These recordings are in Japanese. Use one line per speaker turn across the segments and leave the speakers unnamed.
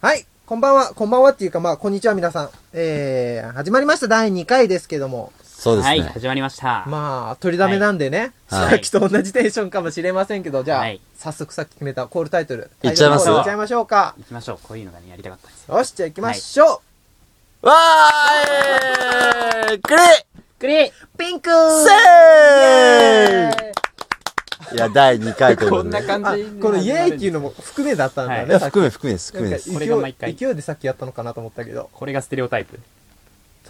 はい、こんばんは、こんばんはっていうか、まあ、こんにちは皆さん。えー、始まりました、第2回ですけども。
そうです
はい、
ね。
始まりました。
まあ、取りだめなんでね、
はい
さっきと同じテンションかもしれませんけど、じゃあ、
はい
早速さっき決めたコールタイトル。
いっちゃいます
タイトルコールいっちゃいましょうか。
行きましょう。こういうのがね、やりたかったんですよ。
よし、じゃあ行きましょ
わーいくれ
クリ
う。ピンクー
せーいや、第2回というこ
ことん
で
な
ね。
感
あ
じに。
このイエーイっていうのも含めだったんだ
い
ね、
や
さっき
含め含めです、含め
なんか
です。
これが毎
勢い
回
勢いでさっきやったのかなと思ったけど。
これがステレオタイプ。ち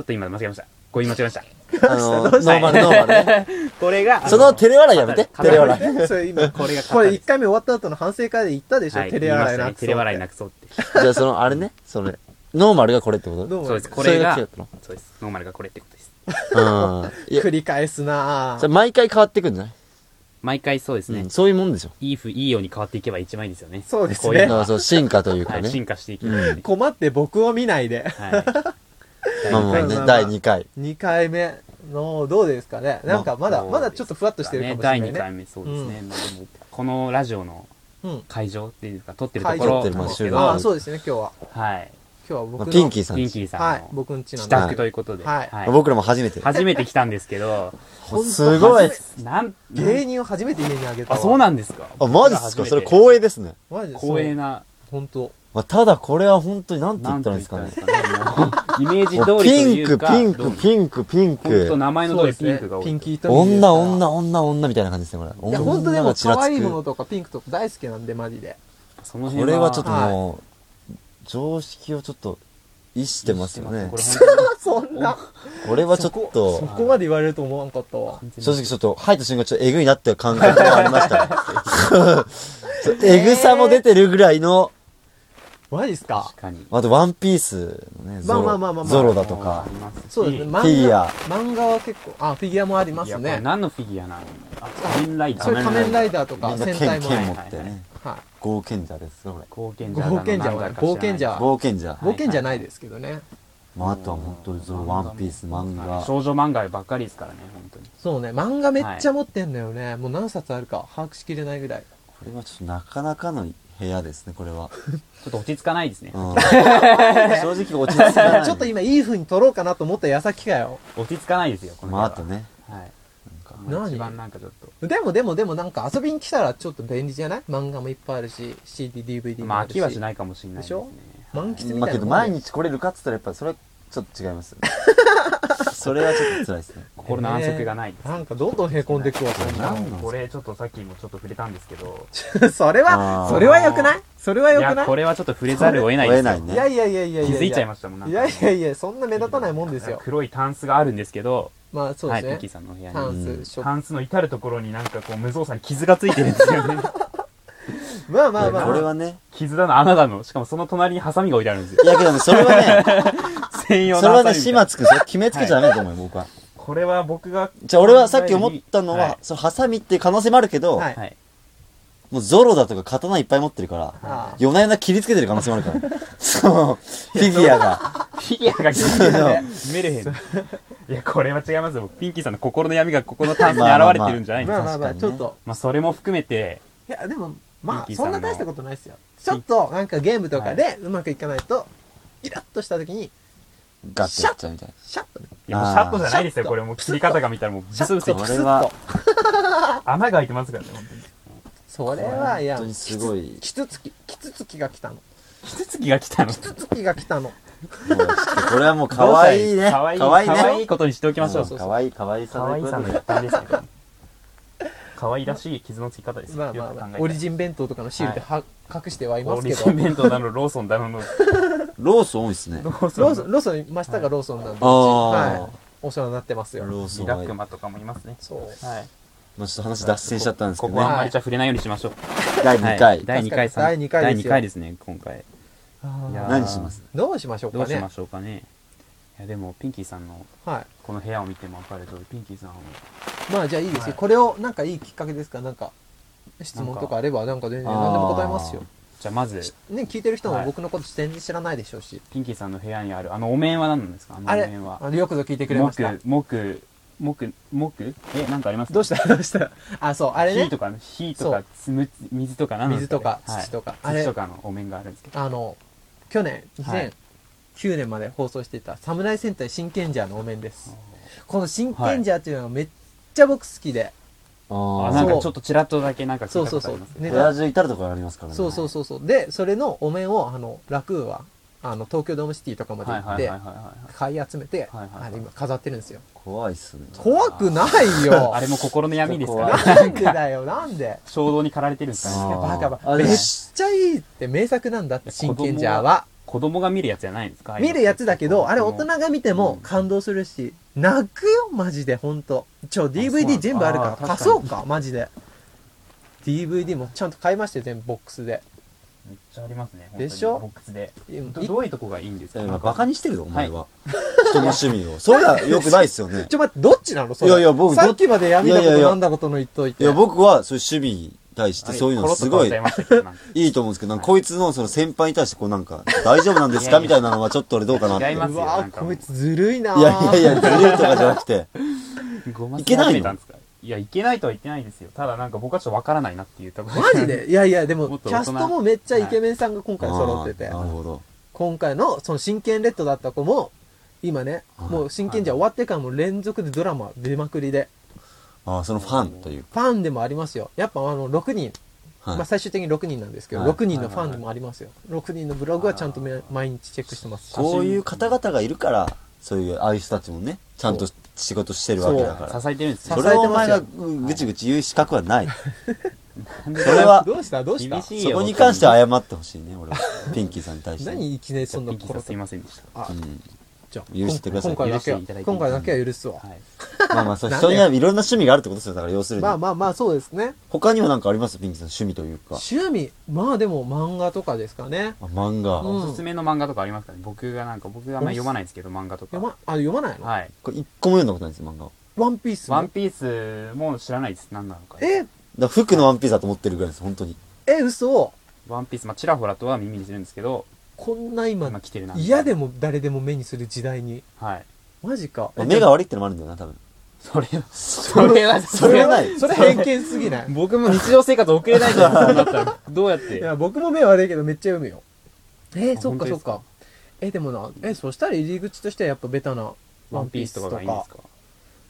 ょっと今間違えました。語彙間違えました。
あの、ノーマルノーマルね。
これが、
その照れ笑いやめて、
語
照
る
れ笑い。
ねそれ今、
これが
これ
い
1回目終わった後の反省会で言ったでしょ、
はい、
照れ笑い
言い
な
ましたね照れ笑いなくそうって。
じゃあ、その、あれね、それ、ノーマルがこれってこと
どうも
そうです。これが
それが違ったの、
そうです。ノーマルがこれってことです。
うん。いや、
繰り返すな
それ
ぁ。
毎回変わってくんじゃない
毎回そうです
う
ね。
ん、そういうもんでしょ。
いいふ、いいように変わっていけば一番いいですよね。
そうですね
こういう
だ
の
か
は
らそう、進化という
は
か
い、進
ね。
化していけばいいですね。
困って僕を見ない で。
はい。
まあまあ
まあまあ
ね
まあ、
第2回。
2回目の、どうですかね。なんかまだ、
まあ
まだちょっとふわっとしてるかもしれないね。
第2回目、そうですね。まあでもこのラジオの
うん。
会場っていうか、撮ってるとこ
会場
ろ
撮って
る
なんです
ま
け
あ
ど、
あ
は
あ、そうですね、今日は。
い。
今日は僕の。
ピンキーさん
ピン
ち
キ。ーさんの、
はい、僕ん家なん
自
で。
宅ということで、
はい
はい
僕らも初めて。
初めて来たんですけど、
ほんと
すごい
初。
なん、
め芸人を初めて家にあげた
あ、
わ。
そうなんですか
あ、マジっすかそれ
光栄。
光栄ですね。
マジで
光栄。な、
本当。
まあただこれは本当になんて
な
言っ
ん
た
て
らいい
言
ん
っ
です
た
か
ん
ね
です。かね。もうイメージ
もう
通りと
ピン
いう
ク、
か、
ピンク、ピンク、ピン
本当
ク。
名前の通りピンクが多い。
ピンキーと
女、女、。女、女みたいな感じですね、これ。
いや、本当で
女
も
がちら
可
つ
愛いもの
く。
とかピンクとか大好きなんで、マジで。
その
こ
辺
れはちょっともう、常識をちょっと、意識してますよね
こ。れ本当に
そんな。
これはちょっ
そ
と、
こまで言われると思わんかったわ。
正直ちょっと、入った瞬間ちょっとえぐいなって感覚がありましたね。そうえぐさも出てるぐらいの、
マジっすか
確かに。
あとワンピースのね、ゾ
まあまあまあまあま
ロ
あ
ゾロだとか
あ。りますし
そうですね、漫画。
フィギュア
漫画は結構、あ、フィギュアもありま
い
す
や、これ
ね。
何のフィギュアなのあ、仮面ライダー。
それ仮面ライダーと
み
か
んな
戦
剣
隊もあ
剣
る
持
も。
ってね。
はい。
冒険者ですよ、これ。
冒険者だの
冒険者は、
なんだか知らない
冒険者は、
冒険者。
い
冒険じゃないですけどね。
まあ、あとは本当にそのワンピース、漫画。
少女漫画ばっかりですからね、本当に。
そうね、漫画めっちゃ持ってんだよね。もう何冊あるか把握しきれないぐらい。
これはちょっとなかなかの部屋ですね、これは。
ちょっと落ち着かないですね
う。 ん、正直落ち着かない。
ちょっと今いい風に撮ろうかなと思った矢先かよ。
落ち着かないですよ、この部
ま
屋
あ、
は
あと。ね。
はい。
なんか
一番なんかちょっと。
でもでもでもなんか遊びに来たらちょっと便利じゃない漫画もいっぱいあるし、CD、DVD
ま
も
あ、
あ
飽
る
き
し。
はしないかもしれないですね
でしょ。満喫み
まあ
たい
け
なも
ど、
んだ
毎
よ。
日来れるかって言ったら、やっぱそれ、ちょっと違いますよね。それはちょっと辛いですね。
心の安息がないです。
なんかどんどん凹んでくわ、そん
な
な。
んなん
これちょっとさっきもちょっと触れたんですけど、
それ
あ
は、
ー
それは良くないそれはい良くな
や、
い
これはちょっと触れざるを得ない
追
で
え
す
ない
よ。
ね。
いやいやいやいや
気
や
づいちゃいましたもん、なん
い
か
やいやいや、そんな目立たないもんですよ。
黒いタンスがあるんですけど、
まあそう
はい、ピ
で
ッ
す
キー
ね。
さんのお部
タ
屋に。
ン
うん
ス、ショッ
タンスの至るところになんかこう無造作に傷がついてるんです よね。
まあまあまあ。
これはね。
傷だの穴だの、しかもその隣にハサミが置いてあるんですよ
い。やけどね、それは ね、
専用
そ
の
れは
ハサミみたいな。
ね、始末くん、それ決めつけちゃダメだと思うよ、僕は。
これは僕が。
じゃあ、俺はさっき思ったのは、
はい
そのハサミっていう可能性もあるけど、
はい
はい。
もうゾロだとか刀いっぱい持ってるから、
あ
夜な夜な切りつけてる可能性もあるから。そう、フィギュアが。
フィギュアが
うだ
メルヘン。 いや、これは違いますよ。ピンキーさんの心の闇がここのタンスに現れてるんじゃないんです
ま
か。
あまあまあ、ち
確
ょ
かにね
っと。
まあ、それも含めて、
いや、でも、ま
ミッキ
あ、
ーさ
そ
ん
ん
の
な大したことないですよ。ちょっと、なんかゲームとかでうまくいかないと、イラッとした時に、
ガッてやっちゃうみたいな。
シャッとね、
いや、もう
あー
シャットじゃないです
シャ
よ。
ット
これもう切り方が見たらもう、ブ
シャ
スブ
ッ
ス
と
こ
プ
れ
スッ
は
と。
穴が開いてますからね、本当に。
それは、いや
本当、にすごい。
キツツキ、キツツキが来たの。
キツツキが来たの。
キツツキが来たの。
もうちょっとこれはもう可愛いね。
可愛い、
可愛いね。
可愛いことにしておきましょ。
そうそうう
可愛い可愛いさ
可愛いさの一端ですね。可愛らしい傷のつき方ですよ。
まあ
よ
まあ
く考
ま
え
あ
た、ら
オリジン弁当とかのシールでは隠してはいま
オ
す
リ
け
ジ
ど
ン。弁当だの、ローソンだのの、
ローソン多いですね。
ロー
ロ
ソ
ー
ン
ソ
の
ン、ローソン、真下がローソンなんで、
ああ
はい。お世話になってます
ロ
よ。
ーソ
リ
ン
ラ
は
ックマとかもいますね。
そう。
はい。
まあちょっと話脱線しちゃったんですけ
こ
ど
こはあん
ね。
まりじゃあ触れないようにしましょう。
第
はい
2回。
第2回さん
第二回ですよ
第二回ですね、今回。いやー
何します
どうしましょう
ど
か
うし
ね
ま。しょうかね。いや、でも、ピンキーさんの、
はい。
この部屋を見ても分かる通り、ピンキーさんは、
まあじゃあいいです
は
よ。
い
これをなんかいいきっかけですかなんか質問とかあればなんか全然
あー
何でも答えますよ。
じゃあまず、
ね聞いてる人も
はい
僕のこと全然知らないでしょうし。
ピンキーさんの部屋にある、あのお面は何なんですかあの
あ
お
れ
面は。
あれよくぞ聞いてくれました
木。、木、木、木え、なんかあります
どうした どうしたあ、そう、あれ
火
ね
と。か、火とか、つむ水とか何なんで
水
す
とか
はい
土とかあれ
土とかのお面があるんですけど。
あの、去年、
はい
2009年まで放送していた、侍戦隊真剣ジャーのお面です。この真剣ジャーっていうのはめっちゃ僕好きで、
あ、
あ
なん
あ。
かちょっとちらっとだけなんか聞いたことあります
ネ
ね。
親
タ
父至るところありますからね。
そうそうそうそう。で、それのお面を、あの、ラクーは、あの、東京ドームシティとかまで
はい
行っ
はい
て
はい、はい
買い集めて、
はいはいはい
あの今飾ってるんですよ。
怖いっすね。
怖くないよ
あれも心の闇ですか
怖
ら、
なんでだよ、なんで
衝動に駆られてるんですかね。
あー
バカバカ。
あ
め
れ
っちゃいいって名作なんだって、真剣ジャーは。
子供が見るやつじゃないんですか
見るやつだけど、あれ大人
が
が見ても感動するし、泣くよ、マジで、ほんと。ちょ、DVD 全部あるか
あ
ら、
そうなんだ
貸そうか、マジで。DVD もちゃんと買いましたよ、全部ボックスで。
めっちゃありますね。
でしょ
本当にボックスで。ど
い
どういうとこがいいんですか
え
な
まあ
ん
バカ
か
にしてるぞ、お前は。人の趣味を。それは良くないっす よね。
ちょ、待って、どっちなのそれ。
いやいや僕
さっきまで闇だこ
いやいや
と
いや
なんだことの言っといて。
いや、僕は、そういう趣味に対して、そういうのすごい
コロ、ッと変わっちゃいましたけどなんか
いいと思うんですけど、なんかこいつのその先輩に対して、こうなんか、大丈夫なんですか
いやいや
みたいなのはちょっと俺どうかなって。
違います
う
よ
わ
な
ぁ、
んかも
こ
う
いつずるいなぁ。
いやいやいや、ずるいとかじゃなくて。
ごま
いけないの
詰めたんですかいや、いけないとは言ってないですよ。ただなんか僕はちょっとわからないなっていうとこ ろ
マジでいやいや、で
も
も、
っ
キ
と大
ャ
人
ストもめっちゃイケメンさんが今回揃ってて
あ、ーなるほど。
今回のその真剣レッドだった子も、今ね、
はい
もう真剣じゃ終わってからも連続でドラマ出まくりで、
ああ、そのファンという。
ファンでもありますよ。やっぱあの、6人、
はい
まあ。最終的に6人なんですけど、
はい
6人のファンでもありますよ。6人のブログはちゃんとめ毎日チェックしてますし。
そういう方々がいるから、そういう、ああいう人たちもね、ちゃんと仕事してるわけだから。
支えてるんです
そ
そうれをお前
支え
が
て
ぐちぐち言う資格はない。
なんで
それは、
どうしたどうした
厳しい
そこに関しては謝ってほしいね、俺は。ピンキーさんに対して。
何いきなりそんな
ピンキーさ
心
んすいませんでし
あ
う、ん。
じゃあ、
許してください
今回だけは
許していただいて
今回だけは許すわ
た。。はい。
まあまあ、そ う
なん
人
で
にはいろんな趣味があるってことですよ。だから要するに
まあ。まあまあ、そうですね。
他には何かありますピンキーさん趣味というか。
趣味、まあでも漫画とかですかね。
あ漫画。
うん
こ
おすすめの漫画とかありますかね僕がなんか、僕があんまり読まないんですけど、漫画とか。
読ま、あ、読まないの、
はい。
れ一個も読んだことないんですよ、漫画。だか
ワンピースも
ワンピースも知らないです。何なのか。
え、
ら服のワンピースだと思ってるぐらいです、本当に。
え、嘘
ワンピース、まあ、ちらほらとは耳にするんですけど、
こんな今
今、来てるな。
嫌でも誰でも目にする時代に。
はい。
マジか。
まあ目が悪いってのもあるんだよな、多分。
それは、それは、
それはない。
それ偏見すぎ ない。い
僕も日常生活遅れないじゃん、そうなったら。どうやって。
や、僕も目悪いけどめっちゃ読むよ。えー、
あ
そっか
本当
そ
で
っ
すか
か。え、でもな、え、そしたら入り口としてはやっぱベタな。
ワンピースとかがいいんですか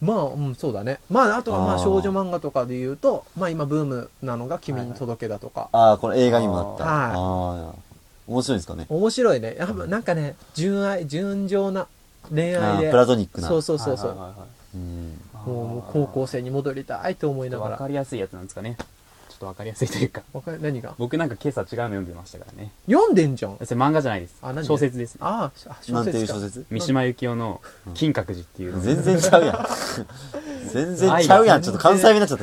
まあ、うん、そうだね。まあ、あとはまあ
あー
少女漫画とかで言うと、まあ今ブームなのが君に届けだとか。
ああ、この映画にもあった。
はい
ああ、面白いんですかね。
面白いね。やっぱなんかね、純愛、純情な恋
あ
愛
ー
で。
プラトニックな。
そうそうそうそ。
はいうはいはいはい
うん。
もうもう高校生に戻りたいと思いなが。
わからりやすいやつなんですかね。ちょっとわかりやすいというか。
わかる何が
僕なんか今朝違うの読んでましたからね。
読んでんじゃん。
それ漫画じゃないです
あ何。
小説ですね。
あーあ、
な
小
んてい
説
う
か
小。説
三島由紀夫の金閣寺っていう。
全然ちゃうや ん。全然ちゃうやん。ちょっと関西弁になっちゃっ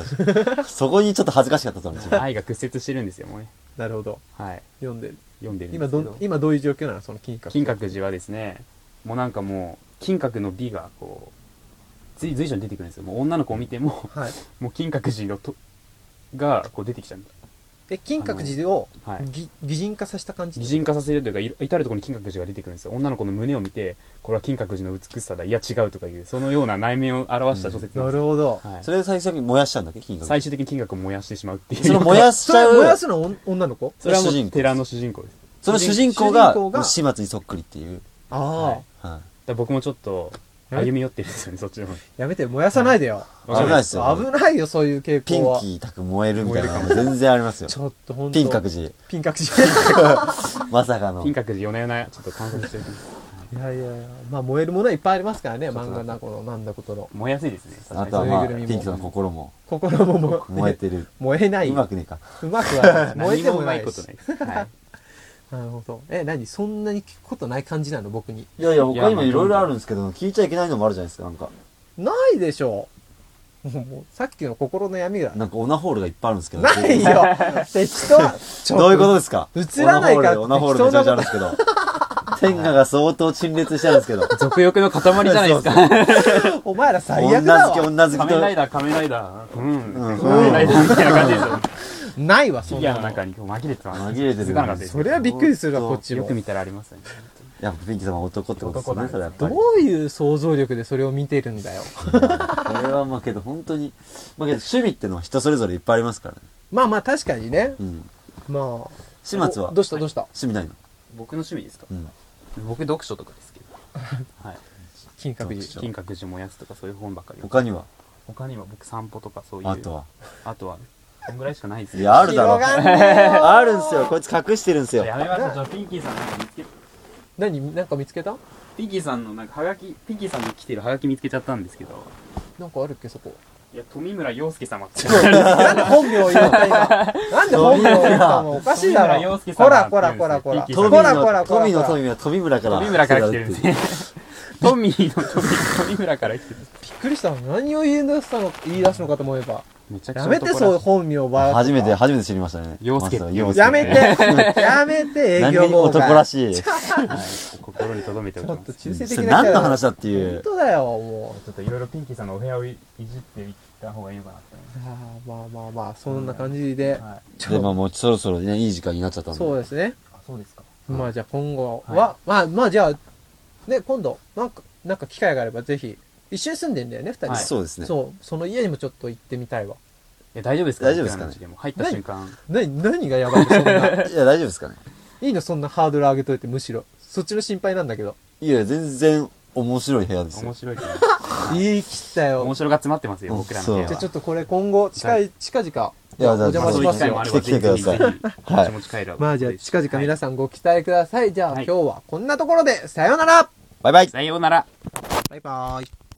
たし。そこにちょっと恥ずかしかったと思う。自分
愛が屈折してるんですよ、もうね。
なるほど。
はい。
読んでる。
読んでるんで
今
すけ
どん
ど、。
今どういう状況なのその金閣。
金閣寺はですね、もうなんかもう、金閣の美がこう、随随所に出てくるんですよ。もう女の子を見ても、
はい。
もう金閣寺のと、がこう出てきちゃうんだ。
で、金閣寺を
はい
ぎ擬人化させた感じ。
擬人化させるというかい至る所に金閣寺が出てくるんですよ女の子の胸を見てこれは金閣寺の美しさだいや違うとかいうそのような内面を表した小説なん
な
です
る
よ、
ほど。
はい、
それで最初に燃やしたんだっけ金
最
額。
終的に金閣を燃やしてしまうっていう
その燃やし
そ
ちゃ
れ
う。
燃やすのはお女の子
それはも
主人公
う寺の主人公ですだか
その主人公
主人
が、
公が
始末にそっくりっていう。
ああ。
は
ら僕もちょっと
え
歩み寄ってるんですよねそっちの方に
やめて、燃やさないでよ。
い。危ないですよ。
危ないよ、そういう傾
ピンキ
向は。
ーたく燃えるみたいなの全然ありますよ
ち。ょっと本当
ピン閣寺。
ピン閣
まさかの。
金閣寺夜な夜なちょっと観察してる
寺。いやいやいや。まあ燃えるものはいっぱいありますからね、漫画なこの、なんだことの。
燃やすいですね
あとはまあ、
ぬ
ピ
いぐるみも
ンキーさんの心も
心もも
燃え てる。
燃えないう
ま
よ。
くねえか。
うまく はない。燃
燃
えて
えて
も
もう
な
ま
い
い
し。
ことないです、はい、
なるほど。え、何そんなに聞くことない感じなの僕に。
いやいや、
他にもいろいろある
んですけど、聞いちゃいけないのもあるじゃないですか、なんか。
ないでしょう。もう、もうさっきの心の闇が。
なんかオナホールがいっぱいあるんですけど。
ない よ。適当。 ちょ
どういうことですか
映らないから
オナホールでオナホールめちゃめちゃあるんですけど。天下が相当陳列してあるんですけど。
俗欲の塊じゃないですか
お前ら最悪
女
だ
好き、
わ。
女好き
仮面ライ
と。
ダー仮面ライダーうん、
うん
仮面ライダーみたいな感じですよ
ないわ、そ
フィ
ん
ギュ
な
アの
の。
中に紛れてた
紛れてる
気づかなかったです
それはびっくりするわ、こ
本当
っち
よ
も
く。見たらありますよね
やっぱピンキー様は男ってことですよね、それはやっぱ
ど
り。
ういう想像力でそれを見てるんだよ。
これはまあけど、本当に。まあけど、趣味ってのは人それぞれいっぱいありますからね。
まあまあ確かにね。
うん。
まあ。
始末は
おどうしたどうした
趣味ないの
僕の趣味ですか、
うん。
僕読書とか ですけどはい
金閣
読書
寺。
金閣寺燃やすとかそういう本ばっかり読
他
んで
には
他には僕散歩とかそういう
あとは。
あとはこんぐらいしかないです
いや、あるだろ。
広がんねえよ
あるんすよ。こいつ隠してるんすよ。
やめましょうちょっとピンキーさんなんか見つけ
何なんか見つけた
ピンキーさんのなんかハガキピンキーさんが来てるハガキ見つけちゃったんですけど
なんかあるっけ、そこ。
いや富村洋介様って
なんで本名を言 った今。なんで本名を言ったのおかしいだ
富村
ろ
洋。介さん
こらこらこらこら。
富
富
こらこら
の、
こら
富
こ
の
ら。
富は富村から。
富村から来てるんですねトミーの富富村から来てる
びっくりしたの。何を言い出したの、言い出すのかと思えば。
めちゃくちゃ
やめて、そう、本名ば。
初めて、。初めて知りましたね。
洋介
まさか洋
やめ て、やめて、営
何
業
に
妨害
男 ら
ち
しい。
はい心に留めておき
ょ
ま
っと
す
中性的
それ
なキャラ
何の話だってい
本
う。
当だよ、もう。
ちょっといろいろピンキーさんのお部屋をいいじっていった方がいいのかなって思いま
あーまあまあまあ、そんな感じで。
すはい
ちょ
で、まあもうそろそろね、いい時間になっちゃったんで。
そうですね。
あそうですか
まあじゃあ今後は、
は
まあまあじゃあ、ね、今度、なんか、なんか機会があればぜひ、一緒に住んでんだよね、二人、
はい
そうですね。
そう、その家にもちょっと行ってみたいわ。
え大丈夫ですか
大丈夫ですかね
僕らの話も入った瞬間
な、何がやばいのそんな。
いや、大丈夫ですかね。
いいのそんなハードル上げといて、むしろ。そっちの心配なんだけど。
いや、全然面白い部屋です
面
よ。
白いけど
言い切ったよ
面。白が詰まってますよ僕らの部屋は
じゃあちょ
っ
っとこれ今後、近い、近々、
いや
お邪魔しますよ
あ。来て来てください
はい持ち帰る
まあじゃあ近々皆
さ
さんご期待ください。じゃあ
は
今
い
日はこんなところで、さようなら
バイバイ
んさようなら
バイバーイ。